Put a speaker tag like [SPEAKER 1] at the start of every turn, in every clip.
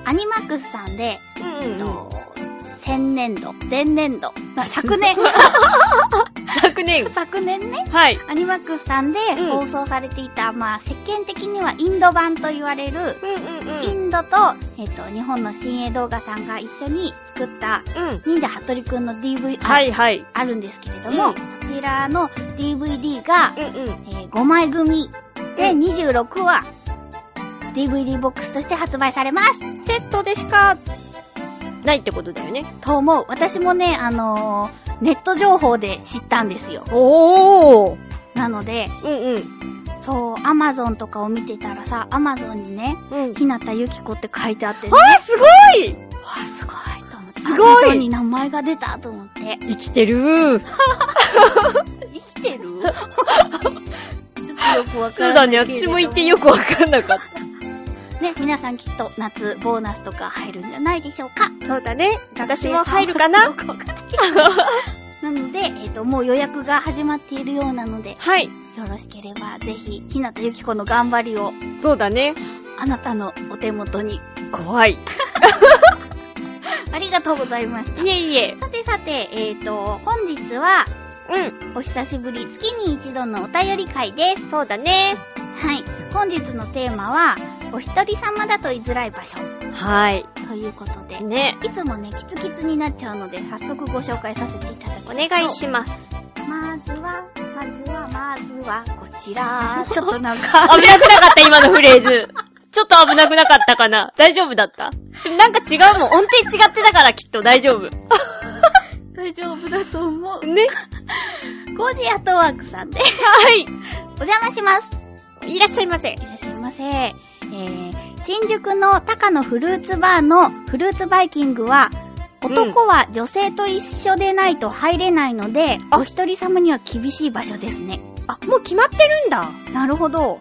[SPEAKER 1] アニマックスさんで、
[SPEAKER 2] うん。う
[SPEAKER 1] えっ
[SPEAKER 2] ん。
[SPEAKER 1] と、先年度、前年度、 まあ昨年、
[SPEAKER 2] 昨年。
[SPEAKER 1] 昨年ね、
[SPEAKER 2] はい。
[SPEAKER 1] アニマックスさんで
[SPEAKER 2] うん
[SPEAKER 1] 放送されていた、まあ、世間的にはインド版と言われる、
[SPEAKER 2] うんうんう
[SPEAKER 1] インドと、えっ、と、日本の新鋭動画さんが一緒に作った、
[SPEAKER 2] うん。
[SPEAKER 1] 忍者ハットリくんの DV、あ
[SPEAKER 2] はいはい。
[SPEAKER 1] あるんですけれども、
[SPEAKER 2] うん
[SPEAKER 1] そちらの DVD が、
[SPEAKER 2] うんうん。
[SPEAKER 1] えー5枚組で
[SPEAKER 2] うん
[SPEAKER 1] 26話、DVD ボックスとして発売されます
[SPEAKER 2] セットでしか、ないってことだよね。
[SPEAKER 1] と思う。私もね、あのーネット情報で知ったんですよ。
[SPEAKER 2] おー。
[SPEAKER 1] なので、
[SPEAKER 2] うんうん。
[SPEAKER 1] そう、Amazon とかを見てたらさ、Amazon にね、
[SPEAKER 2] うん。
[SPEAKER 1] ひなたゆきこって書いてあってね、わ
[SPEAKER 2] あ、すごい
[SPEAKER 1] あ、すごいと思って。
[SPEAKER 2] すごい
[SPEAKER 1] Amazon に名前が出たと思って。
[SPEAKER 2] 生きてる
[SPEAKER 1] 生き てるちょっとよくわか
[SPEAKER 2] そう
[SPEAKER 1] らな
[SPEAKER 2] だ
[SPEAKER 1] いけ
[SPEAKER 2] ね、
[SPEAKER 1] れど。
[SPEAKER 2] 私も言ってよくわかんなかっ
[SPEAKER 1] ね、皆さんきっと夏ボーナスとか入るんじゃないでしょうか。
[SPEAKER 2] た。そうだね。私も入るかな
[SPEAKER 1] よくわかんない けどなので、えっ、と、もう予約が始まっているようなので、よ
[SPEAKER 2] はい。
[SPEAKER 1] ろしければぜひ、ひなたゆきこの頑張りを、
[SPEAKER 2] そうだね。
[SPEAKER 1] あなたのお手元に。
[SPEAKER 2] 怖い。
[SPEAKER 1] ありがとうございました。
[SPEAKER 2] いえいえ。
[SPEAKER 1] さてさて、えっ、と、本日は、
[SPEAKER 2] う
[SPEAKER 1] お久しぶり、月に一度のお便り会です。
[SPEAKER 2] ん。そうだね。
[SPEAKER 1] はい。本日のテーマは、お一人様だと居づらい場所、
[SPEAKER 2] はい。
[SPEAKER 1] ということで、
[SPEAKER 2] ね。
[SPEAKER 1] いつもね、キツキツになっちゃうので、早速ご紹介させていただき
[SPEAKER 2] お
[SPEAKER 1] ま
[SPEAKER 2] 願いします。
[SPEAKER 1] す。まずは、まずは、まずは、こち ら。ちょっとなん
[SPEAKER 2] 危
[SPEAKER 1] か、
[SPEAKER 2] なくなかった、今のフレーズ。ちょっと危なくなかったかな。大丈夫だったでもなんか違うもん。音程違ってたからきっと大丈夫。
[SPEAKER 1] 大丈夫だと思う。
[SPEAKER 2] ね。
[SPEAKER 1] コージーアットワークさんで、
[SPEAKER 2] は
[SPEAKER 1] お邪魔します。
[SPEAKER 2] い。いらっしゃいませ。
[SPEAKER 1] いらっしゃいませ。えー、新宿の高野フルーツバーのフルーツバイキングは、
[SPEAKER 2] うん
[SPEAKER 1] 男は女性と一緒でないと入れないので、
[SPEAKER 2] あ
[SPEAKER 1] お一人様には厳しい場所ですね。
[SPEAKER 2] あ、もう決まってるんだ。
[SPEAKER 1] なるほど。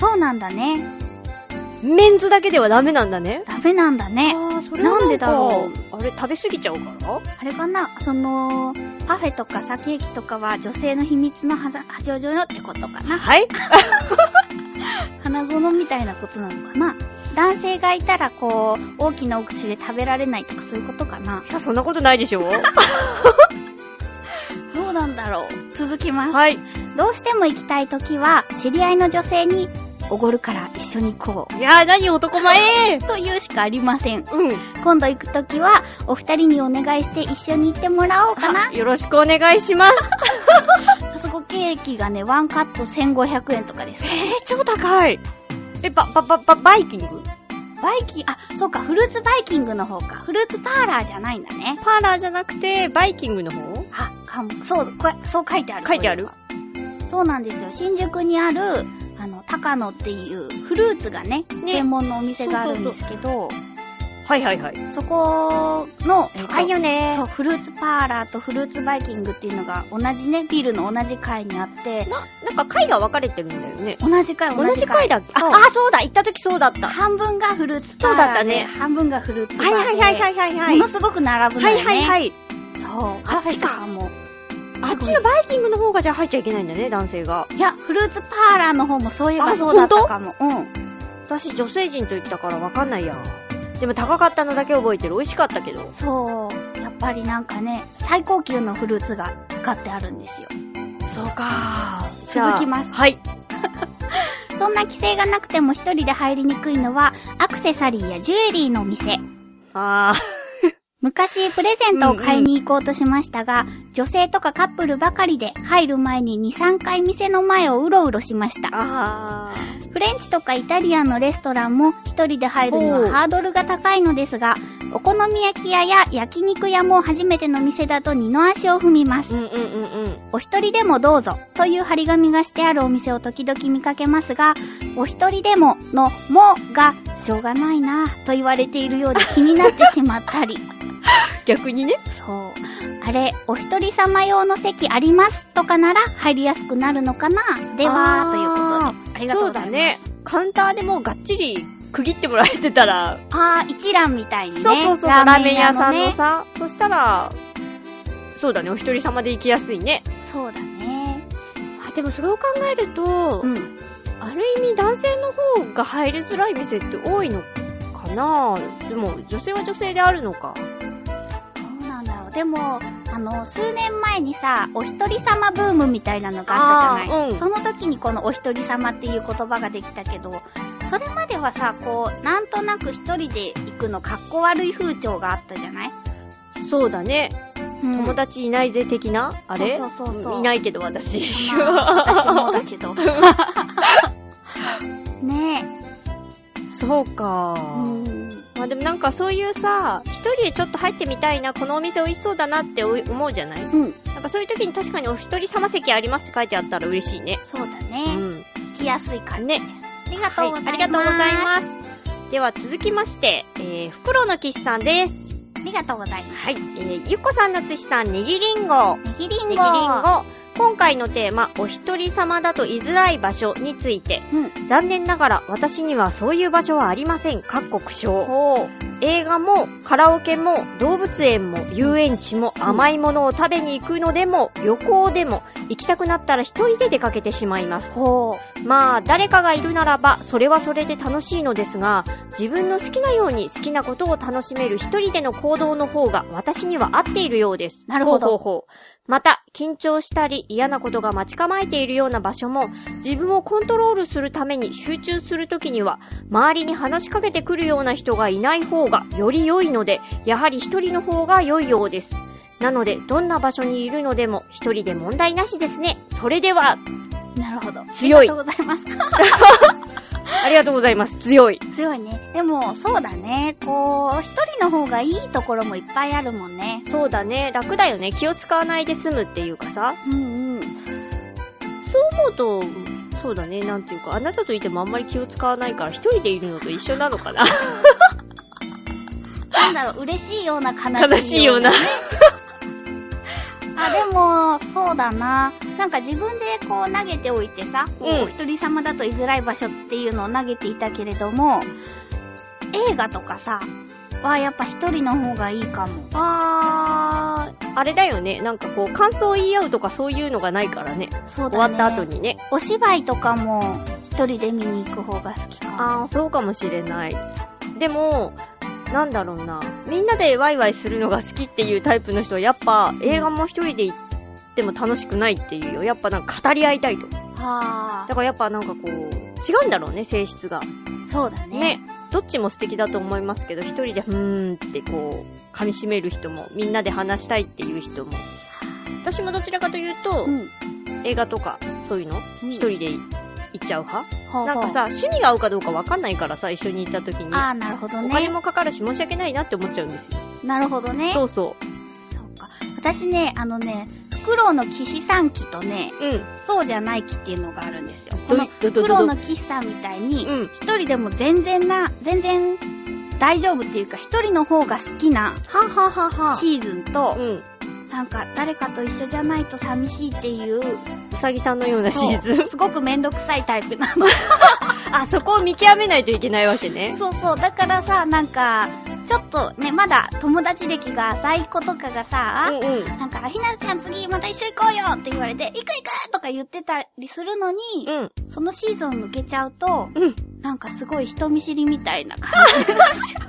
[SPEAKER 1] そうなんだね。
[SPEAKER 2] メンズだけではダメなんだね。
[SPEAKER 1] ダメなんだね。
[SPEAKER 2] あー、そ
[SPEAKER 1] はなんかなんでだろ
[SPEAKER 2] う。あれ、食べ過ぎちゃうから
[SPEAKER 1] あれかなその、パフェとかさケーキとかは女性の秘密のはざはじょじょよってことかな
[SPEAKER 2] はい。
[SPEAKER 1] 花園みたいなことなのかな男性がいたらこう、大きなお口で食べられないとかそういうことかない
[SPEAKER 2] や、そんなことないでし ょ
[SPEAKER 1] どうなんだろう続きます。
[SPEAKER 2] はい。
[SPEAKER 1] どうしても行きたい時は、知り合いの女性に、おごるから一緒に行こ
[SPEAKER 2] いやー、何男前
[SPEAKER 1] う。というしかありません。
[SPEAKER 2] うん。
[SPEAKER 1] 今度行く時は、お二人にお願いして一緒に行ってもらおうかな
[SPEAKER 2] あ。よろしくお願いします。
[SPEAKER 1] あそこケーキがね、ワンカット1500円とかです
[SPEAKER 2] え。ー、超高い。え、ば、ば、ば、ば、バイキング
[SPEAKER 1] バイキン、あ、そうか、フルーツバイキングの方か。フルーツパーラーじゃないんだね。
[SPEAKER 2] パーラーじゃなくて、バイキングの方
[SPEAKER 1] あ、かも、そう、これそう書いてある。
[SPEAKER 2] 書いてある
[SPEAKER 1] そういえばそうなんですよ。新宿にある、あの、高野っていうフルーツがね、
[SPEAKER 2] ね
[SPEAKER 1] 専門のお店があるんですけど、
[SPEAKER 2] はいはいはい。
[SPEAKER 1] そこの、えっと
[SPEAKER 2] 高いよね
[SPEAKER 1] そう、フルーツパーラーとフルーツバイキングっていうのが同じね、ビルの同じ階にあって、
[SPEAKER 2] な、なんか階が分かれてるんだよね。
[SPEAKER 1] 同じ階、
[SPEAKER 2] 同
[SPEAKER 1] 同
[SPEAKER 2] じ
[SPEAKER 1] じ階。
[SPEAKER 2] 階だっけあ
[SPEAKER 1] そう、
[SPEAKER 2] あ、そうだ、行った時そうだった。は
[SPEAKER 1] 半分がフルーツパー
[SPEAKER 2] そうだっ
[SPEAKER 1] ラ
[SPEAKER 2] た
[SPEAKER 1] ーで、
[SPEAKER 2] ね
[SPEAKER 1] 半分がフルーツ
[SPEAKER 2] い
[SPEAKER 1] パーラー
[SPEAKER 2] は
[SPEAKER 1] で、
[SPEAKER 2] いはいはいはいはい。
[SPEAKER 1] ものすごく並ぶの
[SPEAKER 2] は
[SPEAKER 1] よ
[SPEAKER 2] い
[SPEAKER 1] ね。
[SPEAKER 2] はいはい。
[SPEAKER 1] そう、
[SPEAKER 2] あ
[SPEAKER 1] カ
[SPEAKER 2] っ
[SPEAKER 1] フェ
[SPEAKER 2] ち
[SPEAKER 1] と
[SPEAKER 2] か
[SPEAKER 1] かも。
[SPEAKER 2] あっちのバイキングの方がじゃあ入っちゃいけないんだね、男性が。
[SPEAKER 1] いや、フルーツパーラーの方もそういえば
[SPEAKER 2] あ
[SPEAKER 1] そうだったかも。うん。
[SPEAKER 2] 私女性人と言ったから分かんないや。でも高かったのだけ覚えてる。美味しかったけど。
[SPEAKER 1] そう。やっぱりなんかね、最高級のフルーツが使ってあるんですよ。
[SPEAKER 2] そうか
[SPEAKER 1] 続きます
[SPEAKER 2] はい。
[SPEAKER 1] そそんな規制がなくても一人で入りにくいのは、アクセサリーやジュエリーのお店。
[SPEAKER 2] あー。
[SPEAKER 1] 昔プレゼントを買いに行こうとしましたが、女性とかカップルばかりで入る前に2、3回店の前をうろうろしました。
[SPEAKER 2] あー。
[SPEAKER 1] フレンチとかイタリアンのレストランも一人で入るのはハードルが高いのですが、お好み焼き屋や焼肉屋も初めての店だと二の足を踏みます
[SPEAKER 2] う。んうんうんうん。
[SPEAKER 1] お一人でもどうぞという張り紙がしてあるお店を時々見かけますが、お一人でものもがしょうがないなぁと言われているようで気になってしまったり。
[SPEAKER 2] 逆にね。
[SPEAKER 1] そう。あれ、お一人様用の席ありますとかなら入りやすくなるのかなでは
[SPEAKER 2] あー、
[SPEAKER 1] ということで。ありがとう
[SPEAKER 2] そ
[SPEAKER 1] ご
[SPEAKER 2] う
[SPEAKER 1] ざいま
[SPEAKER 2] だ
[SPEAKER 1] す。
[SPEAKER 2] ね。カウンターでもうがっちり区切ってもらえてたら、
[SPEAKER 1] あー、一覧みたいにね。
[SPEAKER 2] そうそうそう、ラーメン屋さんの
[SPEAKER 1] ね。
[SPEAKER 2] さ、そしたら、そうだね、お一人様で行きやすいね。
[SPEAKER 1] そうだね。
[SPEAKER 2] あ、でもそれを考えると、
[SPEAKER 1] うん。
[SPEAKER 2] ある意味男性の方が入りづらい店って多いのかなでも、女性は女性であるのか。
[SPEAKER 1] そうなんだろう。でも、あの、数年前にさ、お一人様ブームみたいなのがあったじゃない。
[SPEAKER 2] あーうん
[SPEAKER 1] その時にこのお一人様っていう言葉ができたけど、それまではさ、こう、なんとなく一人で行くのかっこ悪い風潮があったじゃない、
[SPEAKER 2] そうだね、
[SPEAKER 1] うん
[SPEAKER 2] 友達いないぜ的なあれ
[SPEAKER 1] そうそうそうそう
[SPEAKER 2] いないけど私。
[SPEAKER 1] まあ、私 もだけど。ねえ。
[SPEAKER 2] そうか、
[SPEAKER 1] うん。
[SPEAKER 2] まあでもなんかそういうさ、一人でちょっと入ってみたいな、このお店美味しそうだなってお思うじゃない
[SPEAKER 1] うん。
[SPEAKER 2] なんかそういう時に確かにお一人様席ありますって書いてあったら嬉しいね。
[SPEAKER 1] そうだ
[SPEAKER 2] う
[SPEAKER 1] ね。
[SPEAKER 2] ん。
[SPEAKER 1] 行きやすい感じ
[SPEAKER 2] ね
[SPEAKER 1] です。ありがとうございます。
[SPEAKER 2] ありがとうございます。では続きまして、えー、袋の騎士さんです。
[SPEAKER 1] ありがとうございます。
[SPEAKER 2] はい。えー、ゆっこさん、なつしさん、ねぎりんご。ね
[SPEAKER 1] ネギリン
[SPEAKER 2] ぎ
[SPEAKER 1] ゴ。
[SPEAKER 2] りんご。今回のテーマ、お一人様だと居づらい場所について、
[SPEAKER 1] うん。
[SPEAKER 2] 残念ながら私にはそういう場所はありません。各国賞。
[SPEAKER 1] ほ
[SPEAKER 2] 映画もカラオケも動物園も遊園地も甘いものを食べに行くのでも旅行でも行きたくなったら一人で出かけてしまいます
[SPEAKER 1] う。。ほ
[SPEAKER 2] まあ、誰かがいるならば、それはそれで楽しいのですが、自分の好きなように好きなことを楽しめる一人での行動の方が私には合っているようです。
[SPEAKER 1] なるほど
[SPEAKER 2] ほうほうほうまた、緊張したり嫌なことが待ち構えているような場所も、自分をコントロールするために集中するときには、周りに話しかけてくるような人がいない方がより良いので、やはり一人の方が良いようです。なので、どんな場所にいるのでも、一人で問題なしですね。それでは、
[SPEAKER 1] う。なるほど。
[SPEAKER 2] 強い
[SPEAKER 1] ありがとうございます。
[SPEAKER 2] ありがとうございます。強い。
[SPEAKER 1] 強いね。でも、そうだね。こう、一人の方がいいところもいっぱいあるもんね。
[SPEAKER 2] そうだね。楽だよね。気を使わないで済むっていうかさ。
[SPEAKER 1] うんうん。
[SPEAKER 2] そう思うと、そうだね。なんていうか、あなたといてもあんまり気を使わないから、一人でいるのと一緒なのか な。
[SPEAKER 1] なんだろう、嬉しいような悲しいような。
[SPEAKER 2] 悲しいような。
[SPEAKER 1] あ、でも、そうだな。なんか自分でこう投げておいてさ、こう
[SPEAKER 2] うん
[SPEAKER 1] お一人様だと居づらい場所っていうのを投げていたけれども、映画とかさ、はやっぱ一人の方がいいかも。
[SPEAKER 2] あー、あれだよね。なんかこう、感想を言い合うとかそういうのがないからね。
[SPEAKER 1] そう
[SPEAKER 2] 終
[SPEAKER 1] だ
[SPEAKER 2] わ
[SPEAKER 1] ね。
[SPEAKER 2] った後。にね。
[SPEAKER 1] お芝居とかも一人で見に行く方が好きかも。
[SPEAKER 2] あー、そうかもしれない。でも、なんだろうな。みんなでワイワイするのが好きっていうタイプの人は、やっぱ映画も一人で行っても楽しくないっていうよ。やっぱなんか語り合いたいと。
[SPEAKER 1] あ
[SPEAKER 2] だからやっぱなんかこう、違うんだろうね、性質が。
[SPEAKER 1] ー、そうだね。
[SPEAKER 2] ね、どっちも素敵だと思いますけど、一人でふーんってこう、噛み締める人も、みんなで話したいっていう人も。私もどちらかというと、
[SPEAKER 1] うん。
[SPEAKER 2] 映画とか、そういうの、
[SPEAKER 1] うん
[SPEAKER 2] 一人で行っちゃう派、
[SPEAKER 1] ほうほう
[SPEAKER 2] なんかさ、、趣味が合うかどうかわかんないからさ、一緒に行った時に。
[SPEAKER 1] あー、なるほど
[SPEAKER 2] お金
[SPEAKER 1] ね。
[SPEAKER 2] もかかるし申し訳ないなって思っちゃうんですよ。
[SPEAKER 1] なるほどね。
[SPEAKER 2] そうそ
[SPEAKER 1] そうか。私ね、あのね、フクロウの騎士さん期とね、
[SPEAKER 2] う。うん。
[SPEAKER 1] そうじゃない期っていうのがあるんですよ。こ
[SPEAKER 2] ど
[SPEAKER 1] の
[SPEAKER 2] い、ど、
[SPEAKER 1] フ
[SPEAKER 2] ど、
[SPEAKER 1] クロ
[SPEAKER 2] ど、
[SPEAKER 1] ウ
[SPEAKER 2] ど
[SPEAKER 1] の。騎士さんみたいに
[SPEAKER 2] う、ん。
[SPEAKER 1] 一人でも全然な、全然大丈夫っていうか、一人の方が好きな
[SPEAKER 2] はんはんはんはん。
[SPEAKER 1] シーズンと
[SPEAKER 2] う、ん。
[SPEAKER 1] なんか誰かと一緒じゃないと寂しいっていう、
[SPEAKER 2] うさぎさんのようなシーズン。
[SPEAKER 1] すごくめんどくさいタイプなの。
[SPEAKER 2] あ、そこを見極めないといけないわけね。
[SPEAKER 1] そうそう、だからさ、なんか、ちょっとね、まだ友達歴が浅い子とかがさ、
[SPEAKER 2] うんうん。
[SPEAKER 1] なんか、ひなちゃん次また一緒行こうよって言われて、行く行くとか言ってたりするのに、
[SPEAKER 2] うん。
[SPEAKER 1] そのシーズンを抜けちゃうと、
[SPEAKER 2] うん
[SPEAKER 1] なんかすごい人見知りみたいな感じがしちゃ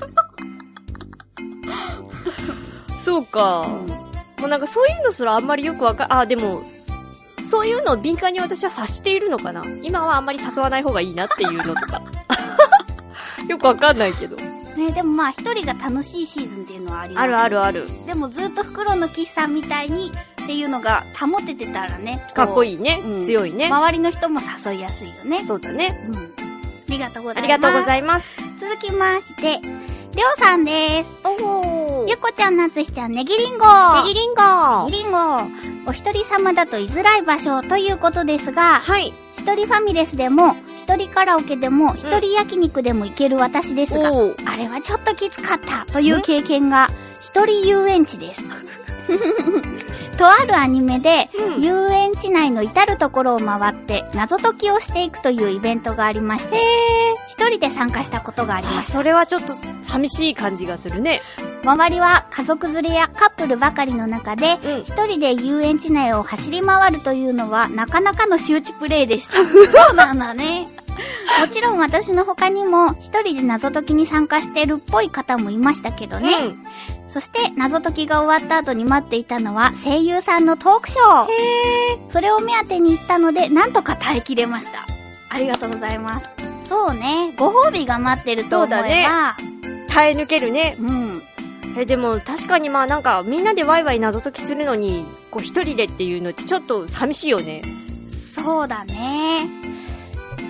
[SPEAKER 2] そうか。
[SPEAKER 1] う。
[SPEAKER 2] もうなんかそういうのすらあんまりよくわか、あ、でも、そういうのを敏感に私は察しているのかな今はあんまり誘わない方がいいなっていうのと か。よくわかんないけど。
[SPEAKER 1] ね、でもまあ一人が楽しいシーズンっていうのはあります
[SPEAKER 2] あるあるある。
[SPEAKER 1] でもずっと袋の岸さんみたいにっていうのが保ててたらね。
[SPEAKER 2] かっこ
[SPEAKER 1] い
[SPEAKER 2] いいね。
[SPEAKER 1] うん
[SPEAKER 2] 強いね。
[SPEAKER 1] 周りの人も誘いやすいよね。
[SPEAKER 2] そうだね。
[SPEAKER 1] うん。ありがとうござい
[SPEAKER 2] あり
[SPEAKER 1] ます。
[SPEAKER 2] がとうございます。
[SPEAKER 1] 続きまして、りょうさんです。
[SPEAKER 2] おー。
[SPEAKER 1] ゆっこちゃん、なつひちゃん、ねぎりんご。
[SPEAKER 2] ネギリンゴは
[SPEAKER 1] ねぎりんご。お一人様だと居づらい場所ということですが、
[SPEAKER 2] い。
[SPEAKER 1] 一人ファミレスでも、一人カラオケでも、一人焼肉でも行ける私ですが、
[SPEAKER 2] おー。
[SPEAKER 1] あれはちょっときつかったという経験が、一人遊園地 です。とあるアニメで、
[SPEAKER 2] うん
[SPEAKER 1] 遊園地内の至るところを回って、謎解きをしていくというイベントがありまして、一人で参加したことがあり
[SPEAKER 2] あ
[SPEAKER 1] ます。
[SPEAKER 2] それはちょっと寂しい感じがするね。
[SPEAKER 1] 周りは家族連れやカップルばかりの中で、
[SPEAKER 2] うん。
[SPEAKER 1] 一人で遊園地内を走り回るというのは、なかなかの周知プレイでした。 そうなんだね。もちろん私の他にも、一人で謎解きに参加してるっぽい方もいましたけどね。
[SPEAKER 2] うん。
[SPEAKER 1] そして、謎解きが終わった後に待っていたのは、声優さんのトークショー。それを目当てに行ったので、なんとか耐えきれました。ありがとうございます。そうね、ご褒美が待ってると思えば、
[SPEAKER 2] そうだ耐え抜けるね。
[SPEAKER 1] うん。
[SPEAKER 2] え、でも確かにまあなんかみんなでワイワイ謎解きするのに、こう一人でっていうのってちょっと寂しいよね。
[SPEAKER 1] そうだね。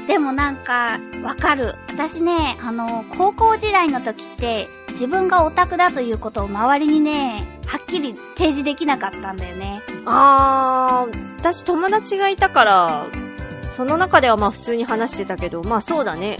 [SPEAKER 1] でもなんか、わかる。私ね、あの、高校時代の時って、自分がオタクだということを周りにね、はっきり提示できなかったんだよね。
[SPEAKER 2] あー、私友達がいたから、その中ではまあ普通に話してたけど、まあそうだね。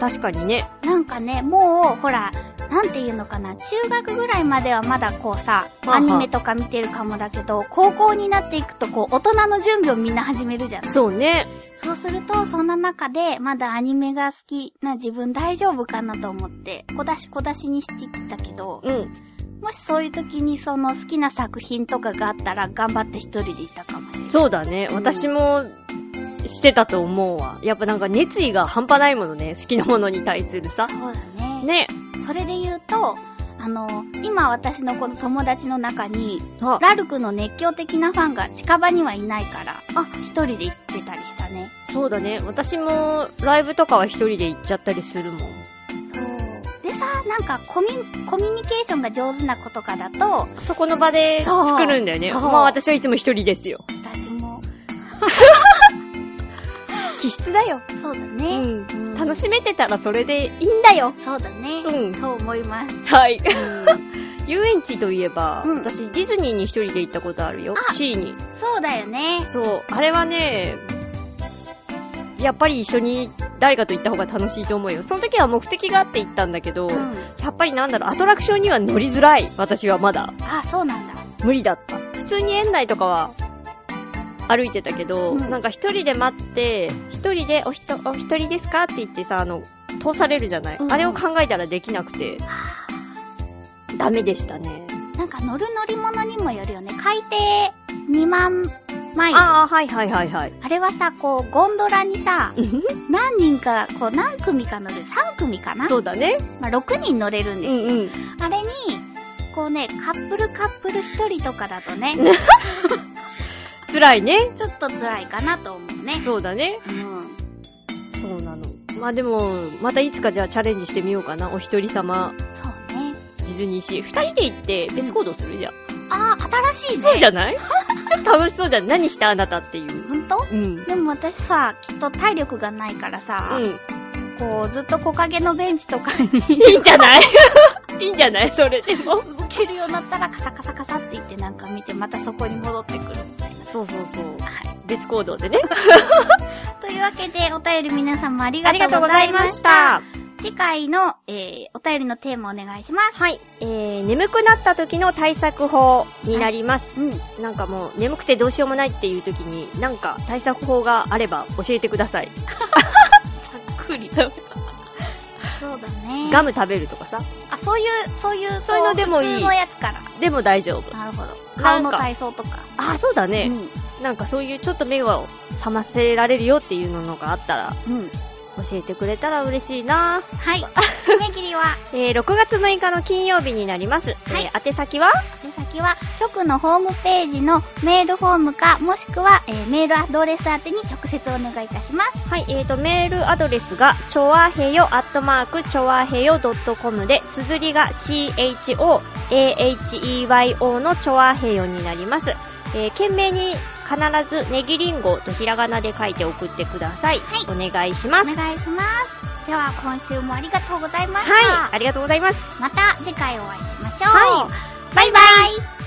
[SPEAKER 2] 確かにね。
[SPEAKER 1] なんかね、もう、ほら、なんていうのかな、中学ぐらいまではまだこうさ、
[SPEAKER 2] はあ
[SPEAKER 1] アニメとか見てるかもだけど、高校になっていくとこう、大人の準備をみんな始めるじゃん。
[SPEAKER 2] そうね。
[SPEAKER 1] そうすると、そんな中で、まだアニメが好きな自分大丈夫かなと思って、小出し小出しにしてきたけど、
[SPEAKER 2] うん。
[SPEAKER 1] もしそういう時にその好きな作品とかがあったら、頑張って一人で行ったかもしれない。
[SPEAKER 2] そうだね。
[SPEAKER 1] うん
[SPEAKER 2] 私も、してたと思うわ。やっぱなんか熱意が半端ないものね。好きなものに対するさ。
[SPEAKER 1] そうだね。
[SPEAKER 2] ね。
[SPEAKER 1] それで言うと、あの、今私のこの友達の中に、
[SPEAKER 2] あ、
[SPEAKER 1] ラルクの熱狂的なファンが近場にはいないから、あ、一人で行ってたりしたね。
[SPEAKER 2] そうだね。私も、ライブとかは一人で行っちゃったりするもん。
[SPEAKER 1] そう。でさ、なんかコミュ、コミュニケーションが上手な子とかだと、
[SPEAKER 2] そこの場で
[SPEAKER 1] そう
[SPEAKER 2] 作るんだよね。
[SPEAKER 1] そう
[SPEAKER 2] まあ私はいつも一人ですよ。
[SPEAKER 1] 私も、
[SPEAKER 2] 気質だよ。
[SPEAKER 1] そうだ
[SPEAKER 2] う
[SPEAKER 1] ね。
[SPEAKER 2] ん。
[SPEAKER 1] うん
[SPEAKER 2] 楽しめてたらそれでいいんだよ。
[SPEAKER 1] そうだね。
[SPEAKER 2] うん
[SPEAKER 1] と思います。
[SPEAKER 2] はい。 遊園地といえば、
[SPEAKER 1] うん
[SPEAKER 2] 私ディズニーに一人で行ったことあるよ。
[SPEAKER 1] あ
[SPEAKER 2] C に。
[SPEAKER 1] そうだよね。
[SPEAKER 2] そう。あれはね、やっぱり一緒に誰かと行った方が楽しいと思うよ。その時は目的があって行ったんだけど、
[SPEAKER 1] うん。
[SPEAKER 2] やっぱりなんだろう、アトラクションには乗りづらい。私はまだ。
[SPEAKER 1] あ、そうなんだ。
[SPEAKER 2] 無理だった。普通に園内とかは歩いてたけど、
[SPEAKER 1] うん
[SPEAKER 2] なんか一人で待って、一人でおひと、お一人ですかって言ってさ、あの、通されるじゃない、
[SPEAKER 1] うんうん
[SPEAKER 2] あれを考えたらできなくて、ダメでしたね。
[SPEAKER 1] なんか乗る乗り物にもよるよね。海底2万マイル。
[SPEAKER 2] ああ、はいはいはいはい。
[SPEAKER 1] あれはさ、こう、ゴンドラにさ、何人か、こう、何組か乗る。3組かな
[SPEAKER 2] そうだね。
[SPEAKER 1] まあ、6人乗れるん
[SPEAKER 2] う
[SPEAKER 1] ですよ。
[SPEAKER 2] んうん。
[SPEAKER 1] あれに、こうね、カップルカップル一人とかだとね、
[SPEAKER 2] 辛いね。
[SPEAKER 1] ちょっと辛いかなと思うね。
[SPEAKER 2] そうだね。
[SPEAKER 1] うん。
[SPEAKER 2] そうなの。まあでも、またいつかじゃあチャレンジしてみようかな。お一人様、
[SPEAKER 1] そうね。
[SPEAKER 2] ディズニーシー。二人で行って別行動するじゃん。
[SPEAKER 1] あー、新しい
[SPEAKER 2] そう
[SPEAKER 1] ね。
[SPEAKER 2] じゃないちょっと楽しそうじゃん。何したあなたっていう。
[SPEAKER 1] ほんと
[SPEAKER 2] うん。
[SPEAKER 1] でも私さ、きっと体力がないからさ、
[SPEAKER 2] うん。
[SPEAKER 1] こう、ずっと木陰のベンチとかに
[SPEAKER 2] いいんじゃない いいんじゃないそれでも。
[SPEAKER 1] 動けるようになったらカサカサカサって言ってなんか見て、またそこに戻ってくるみたいな。
[SPEAKER 2] そうそうそう。
[SPEAKER 1] はい。
[SPEAKER 2] 別行動でね。
[SPEAKER 1] というわけで、お便り皆様あり
[SPEAKER 2] あ
[SPEAKER 1] が
[SPEAKER 2] りが
[SPEAKER 1] と
[SPEAKER 2] と
[SPEAKER 1] う
[SPEAKER 2] う
[SPEAKER 1] ご
[SPEAKER 2] ご
[SPEAKER 1] ざ
[SPEAKER 2] ざ
[SPEAKER 1] い
[SPEAKER 2] い
[SPEAKER 1] ま
[SPEAKER 2] ま
[SPEAKER 1] し。
[SPEAKER 2] したた。
[SPEAKER 1] 次回の、えー、お便りのテーマお願いします。
[SPEAKER 2] はい。えー、眠くなった時の対策法になります。
[SPEAKER 1] うん。
[SPEAKER 2] なんかもう、眠くてどうしようもないっていう時に、なんか対策法があれば教えてください。
[SPEAKER 1] さっくり。そうだね。
[SPEAKER 2] ガム食べるとかさ。
[SPEAKER 1] あ、そういう、そういう、
[SPEAKER 2] そういうのでもいい
[SPEAKER 1] こう普通のやつから。
[SPEAKER 2] でも大丈夫。
[SPEAKER 1] なるほど。
[SPEAKER 2] な
[SPEAKER 1] 顔
[SPEAKER 2] んか
[SPEAKER 1] の体操とか。
[SPEAKER 2] あ、そうだね。
[SPEAKER 1] う
[SPEAKER 2] なんかそういうちょっと目を覚ませられるよっていうのがあったら、
[SPEAKER 1] ん。うん。
[SPEAKER 2] 教えてくれたら嬉しいな。
[SPEAKER 1] はい。締めぎりは、
[SPEAKER 2] えー、6月6日の金曜日になります。
[SPEAKER 1] はい
[SPEAKER 2] えー宛先は
[SPEAKER 1] 宛先は局のホームページのメールフォームか、もしくは、えーメールアドレス宛てに直接お願いいたします。
[SPEAKER 2] はい、えー、と、メールアドレスが、ちょわへよ、アットマーク、ちょわへよ .com で、綴りが CHOAHEYO のちょわへよになります。えー、懸命に必ずネギリンゴとひらがなで書いて送ってください。
[SPEAKER 1] は
[SPEAKER 2] お願いしま
[SPEAKER 1] お
[SPEAKER 2] す。はい、
[SPEAKER 1] 願いします。では、今週もありがとうございました。
[SPEAKER 2] ありがとうございます。
[SPEAKER 1] また次回お会いしましょう。
[SPEAKER 2] はい
[SPEAKER 1] バイバイ